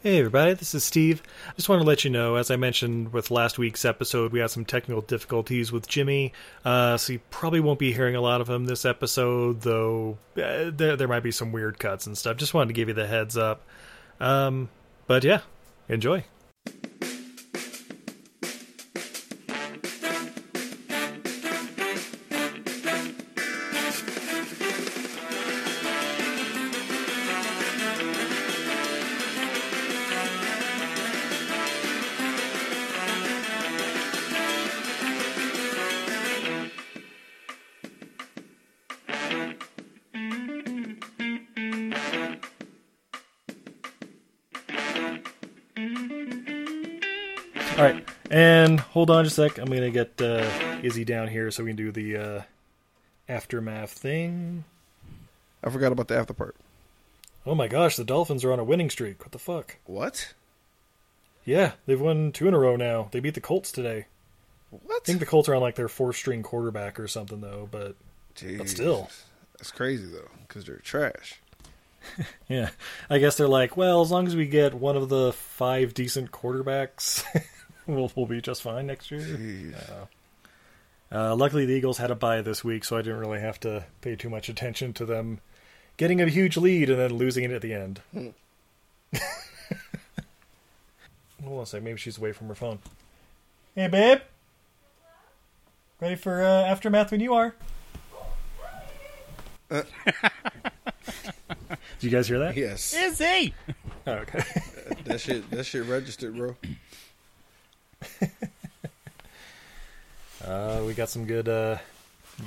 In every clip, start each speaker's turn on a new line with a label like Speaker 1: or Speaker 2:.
Speaker 1: Hey, everybody, this is Steve. I just want to let you know, as I mentioned with last week's episode, we had some technical difficulties with Jimmy, uh, so you probably won't be hearing a lot of him this episode, though uh, there, there might be some weird cuts and stuff. Just wanted to give you the heads up. Um, but yeah, enjoy. All right, and hold on just a sec. I'm gonna get uh, Izzy down here so we can do the uh, aftermath thing.
Speaker 2: I forgot about the after part.
Speaker 1: Oh my gosh, the Dolphins are on a winning streak. What the fuck?
Speaker 2: What?
Speaker 1: Yeah, they've won two in a row now. They beat the Colts today.
Speaker 2: What?
Speaker 1: I think the Colts are on like their fourth string quarterback or something though, but
Speaker 2: Jeez.
Speaker 1: still.
Speaker 2: that's crazy though, because they're trash.
Speaker 1: yeah. I guess they're like, well, as long as we get one of the five decent quarterbacks, we'll we'll be just fine next year.
Speaker 2: Jeez.
Speaker 1: Uh, luckily the Eagles had a bye this week, so I didn't really have to pay too much attention to them getting a huge lead and then losing it at the end. Hold on a sec, maybe she's away from her phone. Hey babe. Ready for uh, aftermath when you are. Did you guys hear that?
Speaker 2: Yes,
Speaker 3: Izzy!
Speaker 1: Oh, okay.
Speaker 2: that shit. That shit registered, bro.
Speaker 1: Uh, we got some good uh,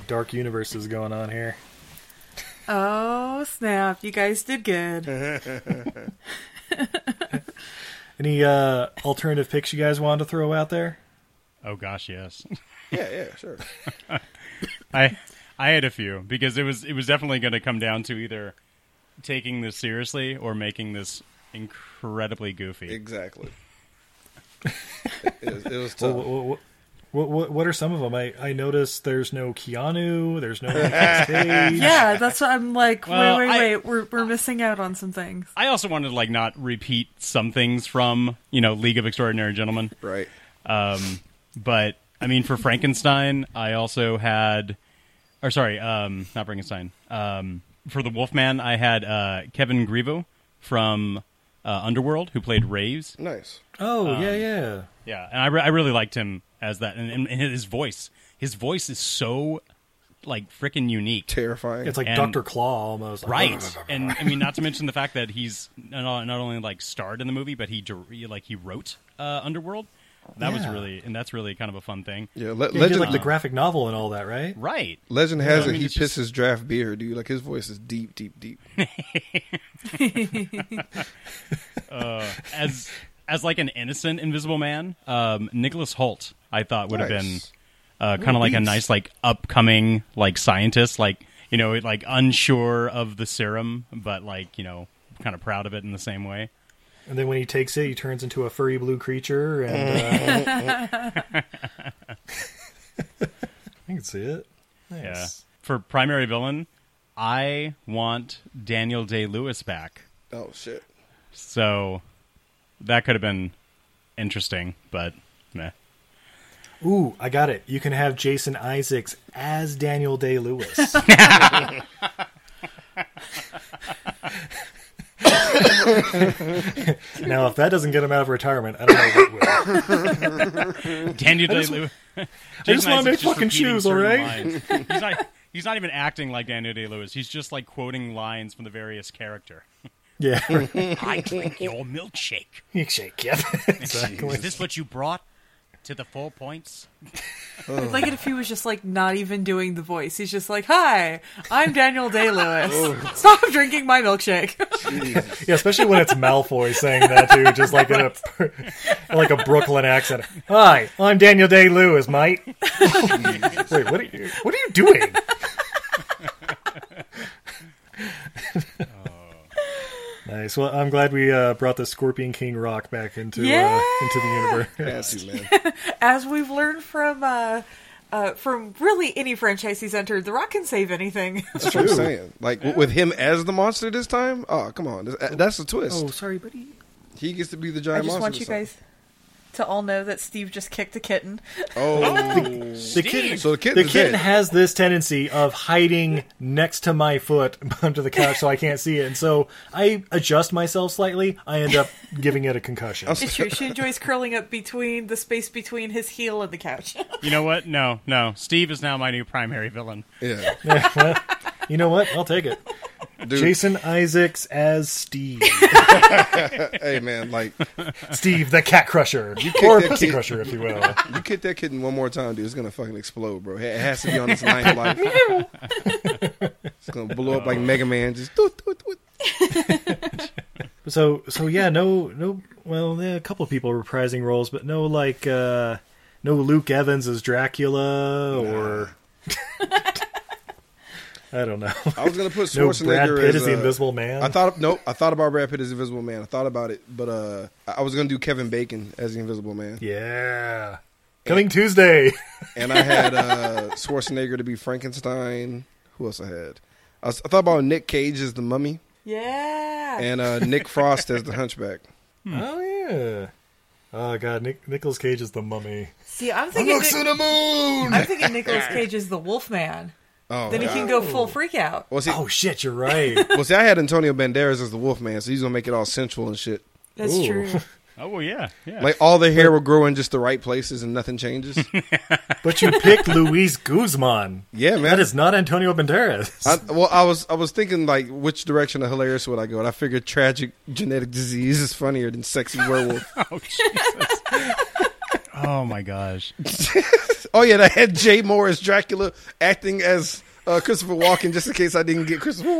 Speaker 1: dark universes going on here.
Speaker 4: Oh snap! You guys did good.
Speaker 1: Any uh, alternative picks you guys wanted to throw out there?
Speaker 3: Oh gosh, yes.
Speaker 2: Yeah, yeah, sure.
Speaker 3: I I had a few because it was it was definitely going to come down to either taking this seriously or making this incredibly goofy.
Speaker 2: Exactly. It was, it was tough.
Speaker 1: What, what, what, what are some of them? I, I noticed there's no Keanu, there's no Nicolas Cage.
Speaker 4: Yeah, that's what I'm like.
Speaker 3: Well,
Speaker 4: wait, wait,
Speaker 3: I-
Speaker 4: wait. We're we're missing out on some things.
Speaker 3: I also wanted to like not repeat some things from you know League of Extraordinary Gentlemen,
Speaker 2: right.
Speaker 3: um, but I mean for Frankenstein, I also had, or sorry, um, not Frankenstein. Um, for the Wolfman, I had uh, Kevin Grivo from uh, Underworld, who played Raves.
Speaker 2: Nice.
Speaker 1: Oh,
Speaker 3: Um,
Speaker 1: yeah, yeah.
Speaker 3: Yeah, and I, re- I really liked him as that, and, and, and his voice, his voice is so like freaking unique,
Speaker 2: Terrifying.
Speaker 1: It's like
Speaker 3: and-
Speaker 1: Dr. Claw almost. Like,
Speaker 3: right? and I mean, not to mention the fact that he's not, not only like starred in the movie, but he dir- like he wrote uh, Underworld. That was
Speaker 1: Yeah.
Speaker 3: really, and that's really kind of a fun thing,
Speaker 2: yeah.
Speaker 1: He
Speaker 2: Le-
Speaker 1: did
Speaker 2: legend.
Speaker 1: like the graphic novel and all that, right?
Speaker 3: right?
Speaker 2: legend has
Speaker 3: I mean,
Speaker 2: it. He
Speaker 3: he's
Speaker 2: pisses
Speaker 3: just-
Speaker 2: draft beer, dude. Like his voice is deep, deep, deep.
Speaker 3: As as like an innocent invisible man, um, Nicholas Holt, I thought would have been
Speaker 2: Nice.
Speaker 3: uh, kind of like a
Speaker 2: beast.
Speaker 3: nice like upcoming like scientist like you know like unsure of the serum but like you know kind of proud of it in the same way
Speaker 1: And then when he takes it, he turns into a furry blue creature. And uh, I can see it. Nice.
Speaker 3: yeah for primary villain i want daniel day lewis back
Speaker 2: Oh shit.
Speaker 3: so that could have been interesting but meh.
Speaker 1: Ooh, I got it. You can have Jason Isaacs as Daniel Day Lewis. now, if that doesn't get him out of retirement, I don't know what will.
Speaker 3: daniel day lewis
Speaker 1: I just want to make fucking shoes, all right?
Speaker 3: he's not he's not even acting like daniel day lewis he's just like quoting lines from the various character
Speaker 1: Yeah.
Speaker 3: i drink your milkshake
Speaker 1: Milkshake, yep. exactly.
Speaker 3: Is this what you brought to the four points?
Speaker 4: I'd like it if he was just like not even doing the voice. He's just like, "Hi, I'm Daniel Day Lewis. Stop drinking my milkshake."
Speaker 1: Yeah, especially when it's Malfoy saying that, too, just like in a, like a Brooklyn accent. Hi, I'm Daniel Day Lewis, mate. Wait, what are you, what are you doing? Nice. Well, I'm glad we uh, brought the Scorpion King rock back into
Speaker 4: Yeah!
Speaker 1: uh, into the universe.
Speaker 2: Fancy man.
Speaker 4: As we've learned from uh, uh, from really any franchise he's entered, The Rock can save anything.
Speaker 2: That's what I'm Ah, saying. Like w- with him as the monster this time. Oh come on. This- uh, That's a twist.
Speaker 1: sorry, buddy.
Speaker 2: He gets to be the
Speaker 4: I
Speaker 2: giant
Speaker 4: just
Speaker 2: monster.
Speaker 4: want you
Speaker 2: this time.
Speaker 4: guys to all know that Steve just kicked a kitten.
Speaker 2: Oh,
Speaker 1: The kitten,
Speaker 2: so the kitten.
Speaker 1: the
Speaker 2: is
Speaker 1: kitten
Speaker 2: dead.
Speaker 1: has this tendency of hiding next to my foot under the couch so I can't see it. And so I adjust myself slightly. I end up giving it a concussion.
Speaker 4: It's true. She enjoys curling up between the space between his heel and the couch.
Speaker 3: You know what? No, no. Steve is now my new primary villain.
Speaker 2: yeah,
Speaker 1: You know what? I'll take it.
Speaker 2: dude.
Speaker 1: Jason Isaacs as Steve.
Speaker 2: Hey man, like
Speaker 1: Steve the Cat Crusher. Or
Speaker 2: that
Speaker 1: Pussy
Speaker 2: kid-
Speaker 1: Crusher, if you will.
Speaker 2: you kick that kitten one more time, dude. It's gonna fucking explode, bro. It has to be on its limelight. it's gonna blow up like Mega Man. Just doot, doot, doot.
Speaker 1: So so yeah, no no well, yeah, a couple of people reprising roles, but no like uh no Luke Evans as Dracula or I don't know.
Speaker 2: I was gonna put
Speaker 1: No
Speaker 2: Schwarzenegger
Speaker 1: Brad Pitt
Speaker 2: as
Speaker 1: is the
Speaker 2: uh,
Speaker 1: Invisible Man.
Speaker 2: I thought nope. I thought about Brad Pitt as Invisible Man. I thought about it, but uh, I I was gonna do Kevin Bacon as the Invisible Man,
Speaker 1: yeah. Coming Tuesday.
Speaker 2: and I had uh, Schwarzenegger to be Frankenstein. Who else I had? I, was- I thought about Nick Cage as the Mummy
Speaker 4: yeah.
Speaker 2: and uh, Nick Frost as the Hunchback.
Speaker 1: Oh yeah. Oh god, Nick Nicolas Cage is the mummy.
Speaker 4: See, I'm
Speaker 2: I'm
Speaker 4: thinking. Nic-
Speaker 2: to the moon.
Speaker 4: I'm thinking Nicolas Cage is the Wolfman.
Speaker 2: Oh,
Speaker 4: Then he
Speaker 2: God.
Speaker 4: can go full freak out.
Speaker 2: Well, see,
Speaker 1: Oh shit, you're right.
Speaker 2: well, see, I had Antonio Banderas as the Wolfman, so he's gonna make it all sensual and shit.
Speaker 4: That's
Speaker 1: Ooh.
Speaker 4: true.
Speaker 3: Oh well, yeah, yeah.
Speaker 2: Like all the hair will grow in just the right places and nothing changes.
Speaker 1: but you picked Luis Guzman.
Speaker 2: Yeah, man.
Speaker 1: That is not Antonio Banderas.
Speaker 2: I, well, I was I was thinking like which direction of hilarious would I go, and I figured tragic genetic disease is funnier than sexy werewolf.
Speaker 3: oh Jesus. oh my gosh.
Speaker 2: oh yeah, and I had Jay Moore as Dracula acting as uh, Christopher Walken, just in case I didn't get Christopher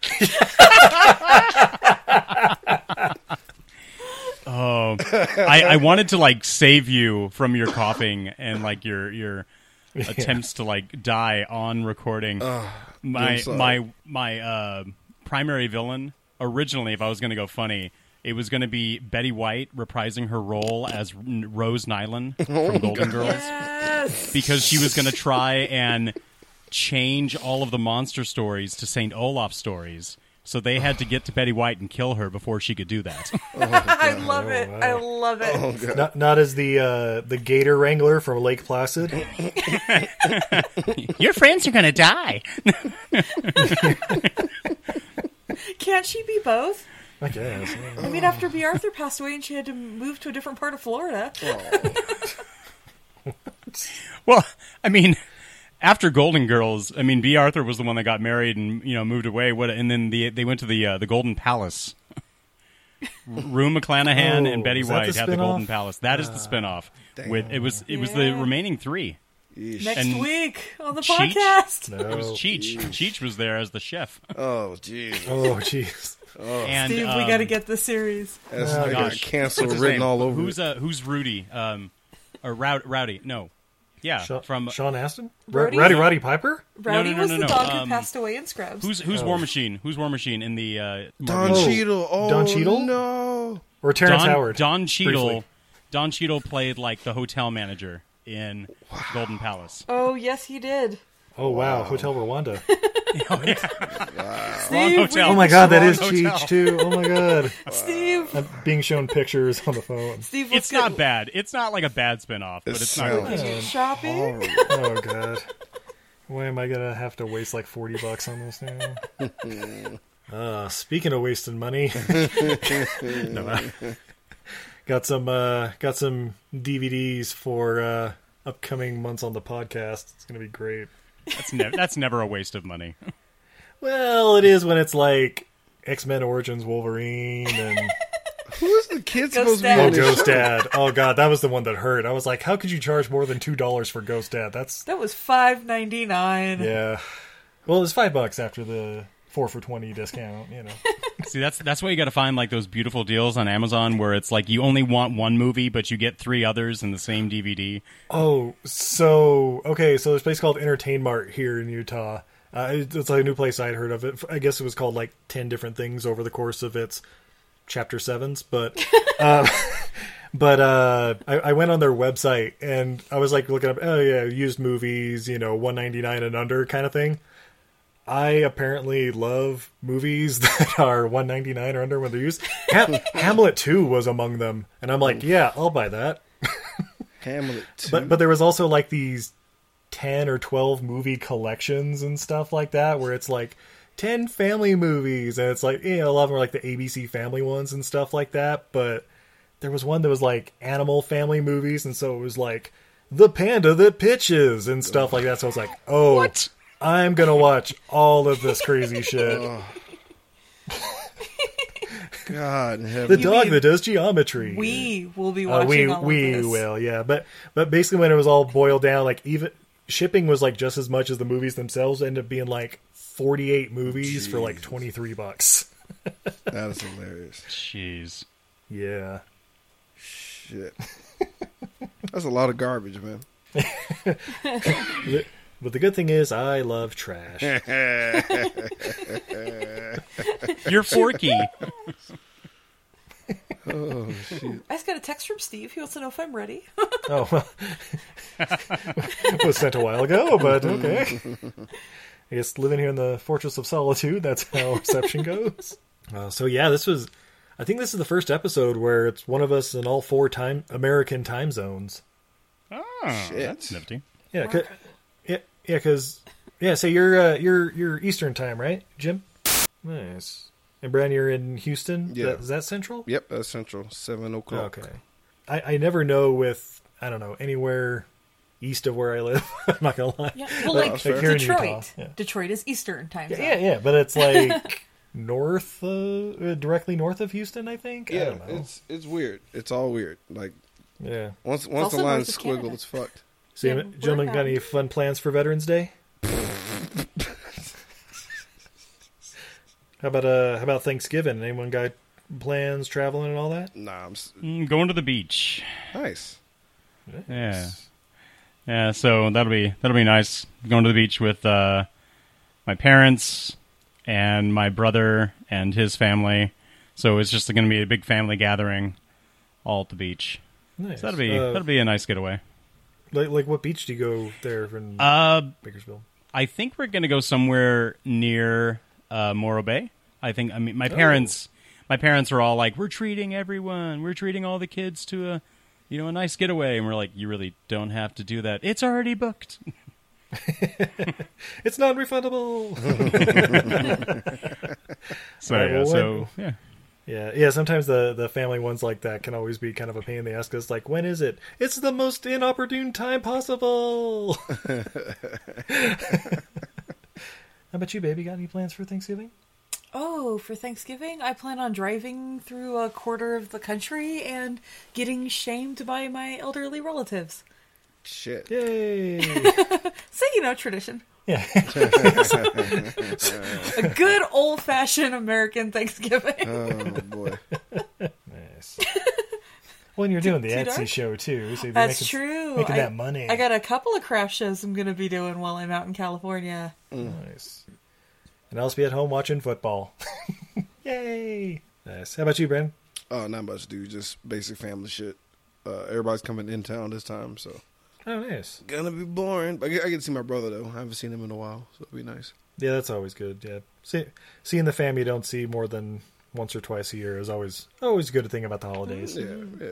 Speaker 2: Walken.
Speaker 3: Oh, I, I wanted to like save you from your coughing and like your your attempts to like die on recording. my
Speaker 2: I'm sorry.
Speaker 3: my my uh, primary villain originally, if I was going to go funny, it was going to be Betty White reprising her role as N- Rose Nyland
Speaker 2: Oh
Speaker 3: from Golden Girls
Speaker 4: Yes.
Speaker 3: because she was going to try and change all of the monster stories to Saint Olaf stories. So they had to get to Betty White and kill her before she could do that.
Speaker 4: I love it. I love it.
Speaker 3: Oh,
Speaker 1: Not not as the uh the gator wrangler from Lake Placid.
Speaker 3: Your friends are going to die.
Speaker 4: Can't she be both?
Speaker 1: I guess. yeah.
Speaker 4: I mean,
Speaker 3: Oh.
Speaker 4: after B. Arthur passed away and she had to move to a different part of Florida.
Speaker 3: Well, I mean, after Golden Girls, I mean, B. Arthur was the one that got married and you know moved away. What and then the they went to the uh, the Golden Palace. Rue McClanahan
Speaker 1: Oh,
Speaker 3: and Betty
Speaker 1: is that the
Speaker 3: White had the Golden
Speaker 1: spinoff? Ah,
Speaker 3: Palace. That is the spinoff. With it was it was the
Speaker 4: Yeah.
Speaker 3: remaining three.
Speaker 4: Next
Speaker 3: And-
Speaker 4: week on the
Speaker 3: Cheech?
Speaker 4: podcast.
Speaker 1: No.
Speaker 3: It was Cheech. Cheech was there as the chef.
Speaker 2: Oh jeez,
Speaker 1: Oh jeez.
Speaker 3: And
Speaker 4: Steve,
Speaker 3: um,
Speaker 4: we got to get this series.
Speaker 2: that's
Speaker 1: Oh,
Speaker 2: I got
Speaker 3: gosh.
Speaker 2: cancel
Speaker 3: what's his
Speaker 2: written
Speaker 3: name?
Speaker 2: all over.
Speaker 3: Who's
Speaker 2: it.
Speaker 3: uh, who's Rudy? Um, or Row- Rowdy? No, yeah,
Speaker 1: Sha-
Speaker 3: from uh,
Speaker 1: Sean Aston? Ro-
Speaker 4: Brody?
Speaker 1: Rowdy Roddy Piper?
Speaker 4: Rowdy
Speaker 3: no, no,
Speaker 4: was
Speaker 3: no,
Speaker 4: the
Speaker 3: no.
Speaker 4: dog
Speaker 3: Um,
Speaker 4: who passed away in Scrubs.
Speaker 3: who's who's War Machine? Who's War Machine in the uh,
Speaker 2: Don
Speaker 1: Oh,
Speaker 2: Cheadle. Oh
Speaker 1: Don Cheadle?
Speaker 2: No.
Speaker 1: Or Terrence
Speaker 3: Don,
Speaker 1: Howard?
Speaker 3: Don Cheadle.
Speaker 1: briefly.
Speaker 3: Don Cheadle played like the hotel manager in Golden Palace.
Speaker 4: Oh, yes, he did.
Speaker 1: Oh, wow. Hotel Rwanda.
Speaker 4: Steve, we-
Speaker 3: hotel.
Speaker 1: Oh, my God. That
Speaker 3: Wrong
Speaker 1: is
Speaker 3: hotel.
Speaker 1: Cheech, too. Oh, my God.
Speaker 4: Steve,
Speaker 1: I'm being shown pictures on the phone.
Speaker 4: Steve, let's
Speaker 3: It's
Speaker 4: go
Speaker 3: not bad. It's not like a bad spinoff, but it's not.
Speaker 2: sounds
Speaker 3: good.
Speaker 4: shopping.
Speaker 2: horrible.
Speaker 1: Oh, God. Why am I going to have to waste like 40 bucks on this now? Uh, speaking of wasting money, No, I- got some uh, got some DVDs for uh, upcoming months on the podcast. It's going to be great.
Speaker 3: That's, ne- that's never a waste of money.
Speaker 1: Well, it is when it's like X Men Origins Wolverine and
Speaker 2: Who's the kid supposed to be
Speaker 4: Dad.
Speaker 1: oh
Speaker 2: on this
Speaker 1: Ghost Dad. Oh god, that was the one that hurt. I was like, how could you charge more than two dollars for Ghost Dad? That's
Speaker 4: That was five ninety nine.
Speaker 1: yeah. Well, it's five bucks after the four for twenty discount. You know,
Speaker 3: See, that's that's why you got to find like those beautiful deals on Amazon where it's like you only want one movie, but you get three others in the same DVD.
Speaker 1: Oh, so okay, so there's a place called Entertain Mart here in Utah. Uh, it- it's like a new place I'd heard of. It, I guess it was called like ten different things over the course of its chapter sevens, but. Uh, But uh, I, I went on their website and I was like looking up, oh yeah, used movies, you know, one ninety nine and under kind of thing. I apparently love movies that are 199 or under when they're used. Ha- Hamlet 2 was among them, and I'm like, yeah, I'll buy that.
Speaker 2: Hamlet. Too.
Speaker 1: But but there was also like these 10 or 12 movie collections and stuff like that where it's like 10 family movies and it's like, you know, a lot of them are like the ABC family ones and stuff like that, but there was one that was like animal family movies and so it was like the panda that pitches and stuff like that. So I was like, "Oh, I'm going to watch all of this crazy shit."
Speaker 2: God in
Speaker 1: The
Speaker 2: heaven.
Speaker 1: dog
Speaker 4: mean
Speaker 1: that does geometry.
Speaker 4: We will be
Speaker 1: Uh,
Speaker 4: watching
Speaker 1: we
Speaker 4: all of
Speaker 1: we
Speaker 4: this.
Speaker 1: will, yeah. But but basically, when it was all boiled down, like even shipping was like just as much as the movies themselves. Ended up being like forty eight movies for like twenty three bucks.
Speaker 2: that is hilarious.
Speaker 3: Jeez.
Speaker 1: Yeah,
Speaker 2: Shit. That's a lot of garbage, man.
Speaker 1: The- but the good thing is I love trash.
Speaker 3: You're Forky.
Speaker 4: I just got a text from Steve. He wants to know if I'm ready.
Speaker 1: oh, well, it was sent a while ago, but okay. I guess living here in the Fortress of Solitude, that's how reception goes. Uh, so yeah, this was. I think this is the first episode where it's one of us in all four time American time zones.
Speaker 3: Oh,
Speaker 2: Shit.
Speaker 3: that's nifty.
Speaker 1: Yeah, 'cause- yeah, yeah, because yeah. So you're uh, you're you're Eastern time, right, Jim? Nice. And Brad, you're in Houston.
Speaker 2: Yeah.
Speaker 1: That- is that Central? Oh,
Speaker 2: Yep, that's central. Seven o'clock.
Speaker 1: Okay. I I never know with I don't know anywhere east of where I live. I'm not gonna lie.
Speaker 4: Yeah. Well,
Speaker 1: Like-
Speaker 4: like,
Speaker 2: like
Speaker 1: here in
Speaker 4: Detroit.
Speaker 1: Utah, yeah.
Speaker 4: Detroit is Eastern time
Speaker 1: Yeah,
Speaker 4: zone.
Speaker 1: yeah, yeah, but it's like north, uh, uh, directly north of Houston, I think. I
Speaker 2: Yeah,
Speaker 1: don't know.
Speaker 2: it's it's weird. It's all weird. Like
Speaker 1: yeah.
Speaker 2: once once
Speaker 4: also
Speaker 2: the line
Speaker 4: north of Canada.
Speaker 2: squiggle, it's fucked.
Speaker 1: So,
Speaker 4: Yeah,
Speaker 1: you gentlemen, got
Speaker 4: we're
Speaker 1: any fun plans for Veterans Day? how about uh, how about Thanksgiving? Anyone got plans traveling and all that?
Speaker 2: Nah, I'm s-
Speaker 3: Mm, going to the beach.
Speaker 2: nice.
Speaker 3: Yeah. Yeah, so that'll be that'll be nice. Going to the beach with uh, my parents and my brother and his family. So it's just going to be a big family gathering, all at the beach.
Speaker 1: Nice.
Speaker 3: So that'll be
Speaker 1: Uh,
Speaker 3: that'll be a nice getaway.
Speaker 1: like, like what beach do you go there in
Speaker 3: Uh,
Speaker 1: Bakersfield?
Speaker 3: I think we're going to go somewhere near uh, Morro Bay. I think. I mean, my
Speaker 1: Oh.
Speaker 3: parents, my parents are all like, "We're treating everyone. We're treating all the kids to a, you know, a nice getaway." And we're like, "You really don't have to do that. It's already booked."
Speaker 1: It's non-refundable.
Speaker 3: So
Speaker 1: Alright,
Speaker 3: yeah,
Speaker 1: well,
Speaker 3: so yeah.
Speaker 1: yeah, yeah. Sometimes the the family ones like that can always be kind of a pain. They ask us like, "When is it?" It's the most inopportune time possible. how about you, baby? Got any plans for Thanksgiving?
Speaker 4: Oh, for Thanksgiving, I plan on driving through a quarter of the country and getting shamed by my elderly relatives.
Speaker 2: Shit.
Speaker 1: Yay!
Speaker 4: So, you know, tradition.
Speaker 1: yeah.
Speaker 4: A good old fashioned American Thanksgiving.
Speaker 2: Oh boy.
Speaker 1: Nice. When you're doing the
Speaker 4: too
Speaker 1: Etsy
Speaker 4: dark?
Speaker 1: show too, so if you're
Speaker 4: That's
Speaker 1: making,
Speaker 4: true.
Speaker 1: Making
Speaker 4: I,
Speaker 1: that money.
Speaker 4: I got a couple of craft shows I'm going to be doing while I'm out in California.
Speaker 1: nice. And I'll just be at home watching football. Yay! Nice. How about you, Brandon?
Speaker 2: Oh, not much, dude. Just basic family shit. Uh, everybody's coming in town this time, so
Speaker 1: Oh, nice.
Speaker 2: gonna be boring. But I get, I get to see my brother though. I haven't seen him in a while, so it'll be nice.
Speaker 1: Yeah, that's always good. Yeah, See, seeing the fam you don't see more than once or twice a year is always always a good thing about the holidays.
Speaker 2: Yeah, yeah.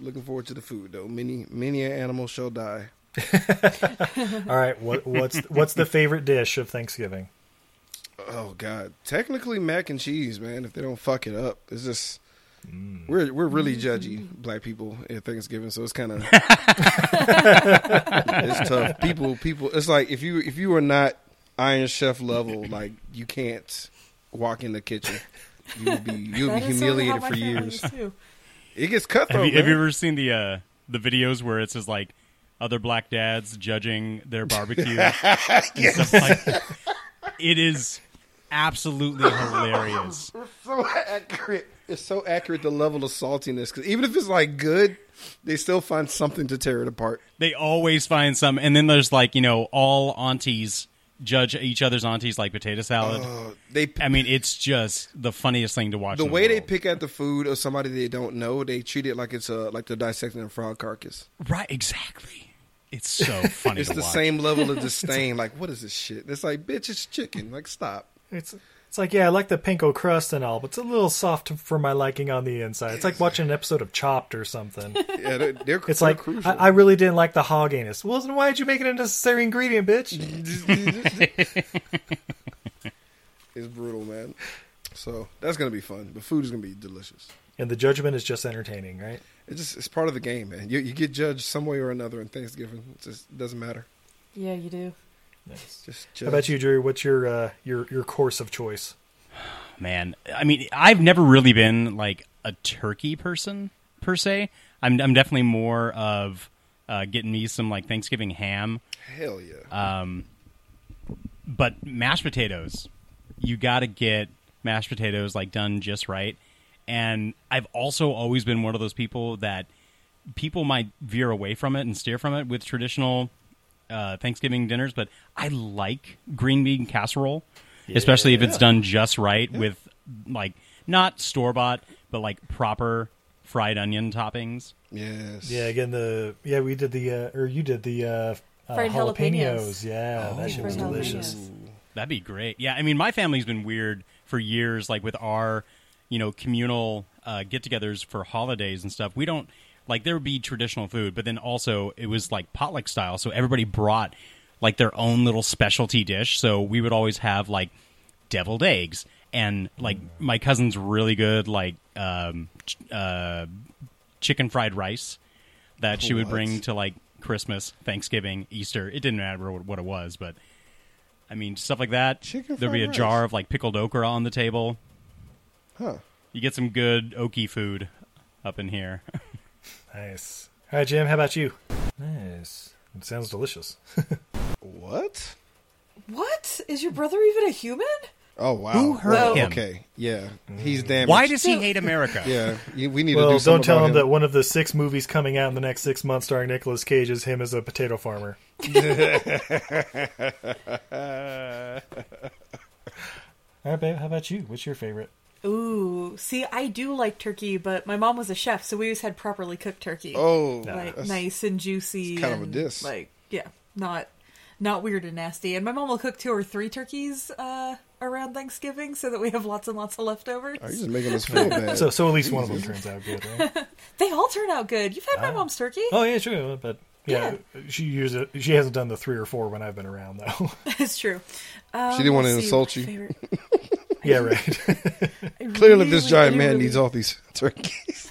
Speaker 2: Looking forward to the food though. Many many an animal shall die.
Speaker 4: Mm-hmm.
Speaker 1: All right, what what's what's the favorite dish of Thanksgiving?
Speaker 2: Oh God! Technically, mac and cheese, man. If they don't fuck it up, it's just
Speaker 3: Mm.
Speaker 2: we're we're really
Speaker 4: Mm.
Speaker 2: judgy black people at Thanksgiving, so it's kind of it's tough. People, people. It's like if you if you are not Iron Chef level, like you can't walk in the kitchen. You'll be you'll be
Speaker 4: That is sort of how
Speaker 2: humiliated
Speaker 4: my
Speaker 2: for
Speaker 4: family
Speaker 2: years.
Speaker 4: is, too.
Speaker 2: It gets cutthroat.
Speaker 3: Have you, have you
Speaker 2: man.
Speaker 3: ever seen the uh, the videos where it says like other black dads judging their barbecue? and stuff like that? it is absolutely hilarious.
Speaker 2: so accurate. It's so accurate the level of saltiness. Cause even if it's like good, they still find something to tear it apart.
Speaker 3: They always find some, and then there's like you know all aunties judge each other's aunties like potato salad.
Speaker 2: Uh, they
Speaker 3: I mean, it's just the funniest thing to watch.
Speaker 2: the
Speaker 3: in
Speaker 2: way they
Speaker 3: world.
Speaker 2: pick out the food of somebody they don't know, they treat it like it's a like they're dissecting a frog carcass.
Speaker 3: right exactly. It's so funny.
Speaker 2: It's
Speaker 3: to
Speaker 2: the
Speaker 3: watch.
Speaker 2: same level of disdain. like, what is this shit? It's like, bitch, it's chicken. Like, stop.
Speaker 1: It's it's like yeah, I like the panko crust and all, but it's a little soft for my liking on the inside. It's like watching an episode of Chopped or something.
Speaker 2: Yeah, they're, they're,
Speaker 1: It's
Speaker 2: they're
Speaker 1: like
Speaker 2: crucial.
Speaker 1: I, I really didn't like the hog anus. Well, then why did you make it a necessary ingredient, bitch?
Speaker 2: it's brutal, man. So that's gonna be fun. The food is gonna be delicious.
Speaker 1: And the judgment is just entertaining, right?
Speaker 2: It's just it's part of the game, man. You you get judged some way or another in Thanksgiving. It just doesn't matter.
Speaker 4: Yeah, you do.
Speaker 1: Yes.
Speaker 2: Just
Speaker 1: How
Speaker 2: judge.
Speaker 1: about you, Drew? What's your uh, your your course of choice?
Speaker 3: man. I mean, I've never really been like a turkey person per se. I'm I'm definitely more of uh, getting me some like Thanksgiving ham,
Speaker 2: Hell yeah.
Speaker 3: but mashed potatoes. You got to get mashed potatoes like done just right. And I've also always been one of those people that people might veer away from it and steer from it with traditional uh, Thanksgiving dinners, but I like green bean casserole, especially if it's done just right with like not store bought, but like proper fried onion toppings.
Speaker 2: yes.
Speaker 1: Yeah, again the yeah we did the uh, or you did the uh, uh,
Speaker 4: Fried jalapenos.
Speaker 1: Yeah, that shit was
Speaker 4: Fried jalapenos.
Speaker 1: delicious.
Speaker 3: That'd be great. Yeah, I mean, my family's been weird for years, like with our, you know, communal uh, get-togethers for holidays and stuff. We don't like there would be traditional food, but then also it was like potluck style, so everybody brought like their own little specialty dish. So we would always have like deviled eggs, and like my cousin's really good like um, ch- uh, chicken fried rice that she would
Speaker 2: What?
Speaker 3: bring to like Christmas, Thanksgiving, Easter. It didn't matter what, what it was, but I mean stuff like that.
Speaker 2: Chicken
Speaker 3: There'd be a
Speaker 2: fried rice.
Speaker 3: jar of like pickled okra on the table.
Speaker 2: Huh.
Speaker 3: You get some good oaky food up in here.
Speaker 1: Nice. All right, Jim. How about you? Nice. It sounds delicious.
Speaker 2: What?
Speaker 4: What? Is your brother even a human?
Speaker 2: Oh wow.
Speaker 3: Who hurt
Speaker 2: Well,
Speaker 3: him?
Speaker 2: Okay. Yeah. He's damaged.
Speaker 3: Why does he
Speaker 4: So-
Speaker 3: hate America?
Speaker 2: Yeah. you- We need to
Speaker 1: Mm. Well,
Speaker 2: do
Speaker 1: do not
Speaker 2: something
Speaker 1: tell
Speaker 2: about
Speaker 1: him that one of the six movies coming out in the next six months starring Nicolas Cage is him as a potato farmer. All right, babe. How about you? What's your favorite?
Speaker 4: Ooh, see, I do like turkey, but my mom was a chef, so we always had properly cooked turkey.
Speaker 2: Oh,
Speaker 4: like
Speaker 2: that's-
Speaker 4: nice and juicy.
Speaker 2: it's kind of a
Speaker 4: and,
Speaker 2: diss.
Speaker 4: Like, yeah, not not weird and nasty. And my mom will cook two or three turkeys uh, around Thanksgiving, so that we have lots and lots of leftovers.
Speaker 2: Are you just making us feel bad?
Speaker 1: So, so at least one of them turns out good. Right?
Speaker 4: They all turn out good. You've had my mom's turkey.
Speaker 1: Oh yeah, true. But yeah, she uses she hasn't done the three or four when I've been around though.
Speaker 4: it's true. Um,
Speaker 2: She didn't wanna
Speaker 4: let's see,
Speaker 2: insult
Speaker 4: my
Speaker 2: you.
Speaker 4: favorite-
Speaker 1: yeah, right.
Speaker 4: I
Speaker 2: Clearly, this
Speaker 4: really,
Speaker 2: giant
Speaker 4: really,
Speaker 2: man
Speaker 4: really-
Speaker 2: needs all these turkeys.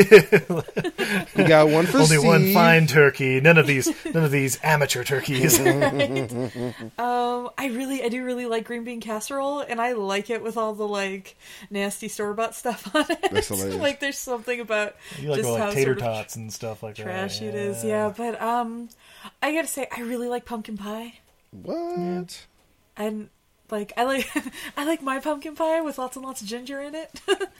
Speaker 2: we got one for
Speaker 1: Only one
Speaker 2: Steve.
Speaker 1: fine turkey. None of these none of these amateur turkeys.
Speaker 4: Um, I really, I do really like green bean casserole, and I like it with all the like nasty store bought stuff on it.
Speaker 2: That's hilarious.
Speaker 4: like, there's something about
Speaker 1: you like,
Speaker 4: just
Speaker 1: well, like
Speaker 4: how
Speaker 1: tater
Speaker 4: sort of
Speaker 1: tots and stuff like
Speaker 4: trash
Speaker 1: that.
Speaker 4: it is. Yeah, but um, I gotta say, I really like pumpkin pie,
Speaker 2: What?
Speaker 4: and like I like I like my pumpkin pie with lots and lots of ginger in it,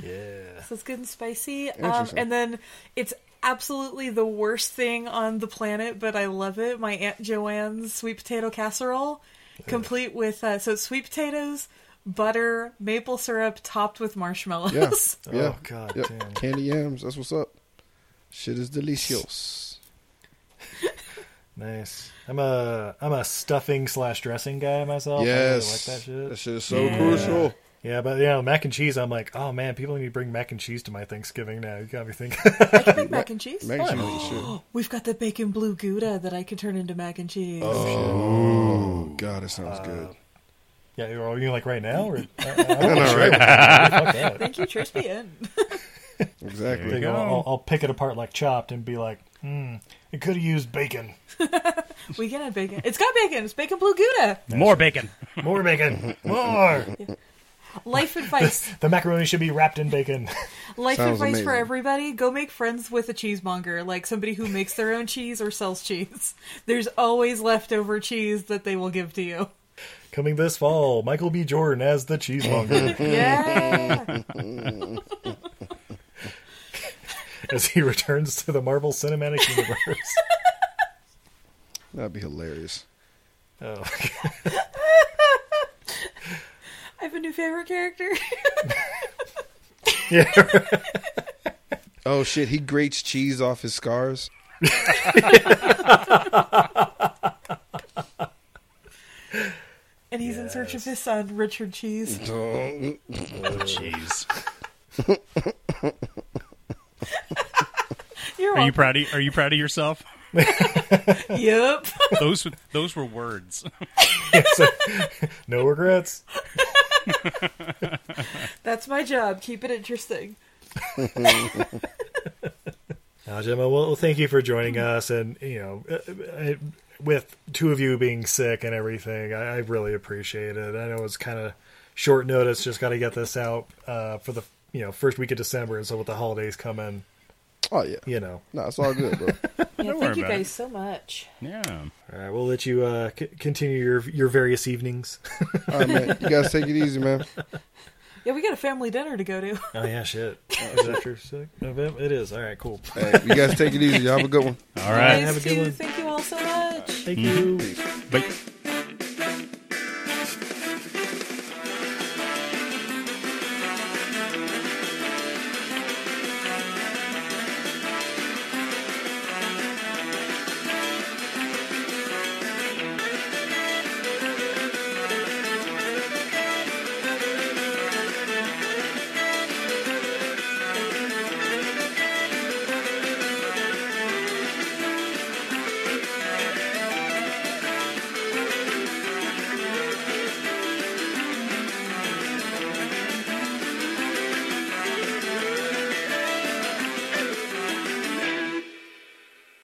Speaker 1: Yeah.
Speaker 4: so it's good and spicy. Um,
Speaker 2: Interesting.
Speaker 4: and then it's absolutely the worst thing on the planet, but I love it. My aunt Joanne's sweet potato casserole, complete with uh, so it's sweet potatoes. Butter, maple syrup, topped with marshmallows.
Speaker 2: Yeah. Yeah.
Speaker 1: Oh god
Speaker 2: Yep.
Speaker 1: damn.
Speaker 2: Candy yams. That's what's up. Shit is delicious.
Speaker 1: Nice. I'm a I'm a stuffing slash dressing guy myself.
Speaker 2: yes.
Speaker 1: I really like that shit.
Speaker 2: is so crucial.
Speaker 1: Yeah, but you know, mac and cheese. I'm like, oh man, people need to bring mac and cheese to my Thanksgiving now. You got me thinking.
Speaker 4: I can make mac and cheese.
Speaker 2: Mac and cheese is shit.
Speaker 4: We've got the bacon blue gouda that I could turn into mac and cheese.
Speaker 2: Oh god, it sounds
Speaker 1: Uh,
Speaker 2: good.
Speaker 1: yeah, are you like right now? Or, I,
Speaker 2: I know, right?
Speaker 4: Thank you, Trispian.
Speaker 2: Exactly.
Speaker 1: will I'll, I'll pick it apart like chopped and be like, hmm, it could have used bacon,
Speaker 4: We can have bacon. It's got bacon. It's bacon blue gouda.
Speaker 3: More bacon.
Speaker 1: more bacon, more.
Speaker 4: Life advice.
Speaker 1: The macaroni should be wrapped in bacon.
Speaker 4: Life
Speaker 2: Sounds
Speaker 4: advice for
Speaker 2: amazing.
Speaker 4: everybody. Go make friends with a cheesemonger, like somebody who makes their own cheese or sells cheese. There's always leftover cheese that they will give to you.
Speaker 1: Coming this fall, Michael B. Jordan as the cheesemonger
Speaker 4: Yeah.
Speaker 1: as he returns to the Marvel Cinematic Universe.
Speaker 2: That'd be hilarious.
Speaker 1: Oh,
Speaker 4: I have a new favorite character.
Speaker 1: yeah.
Speaker 2: Oh shit, he grates cheese off his scars.
Speaker 4: and he's in search of his son, Richard Cheese.
Speaker 2: Oh,
Speaker 3: Jeez.
Speaker 4: You're
Speaker 3: Are you
Speaker 4: all
Speaker 3: proud of, are you proud of yourself?
Speaker 4: Yep.
Speaker 3: Those those were words.
Speaker 1: No regrets.
Speaker 4: That's my job. Keep it interesting.
Speaker 1: Now, Uh, Gemma, well, thank you for joining us, and you know, uh, I, with two of you being sick and everything, I, I really appreciate it. I know it's kind of short notice; just got to get this out uh, for the you know first week of December, and so with the holidays coming,
Speaker 2: yeah.
Speaker 1: you know.
Speaker 2: No, it's all good, bro.
Speaker 4: Yeah,
Speaker 3: Don't worry
Speaker 4: thank you
Speaker 3: about
Speaker 4: guys
Speaker 3: it.
Speaker 4: so much.
Speaker 3: Yeah.
Speaker 1: All right, we'll let you uh, c- continue your your various evenings.
Speaker 2: All right, man. You guys take it easy, man.
Speaker 4: Yeah, we got a family dinner to go to.
Speaker 1: oh yeah, shit. Is that your sick? It is. All right, cool.
Speaker 2: Hey, you guys take it easy. Y'all have a good one.
Speaker 3: All right.
Speaker 1: have a good
Speaker 4: Thank you.
Speaker 1: one.
Speaker 4: Thank you all so much.
Speaker 1: Thank you.
Speaker 3: Bye.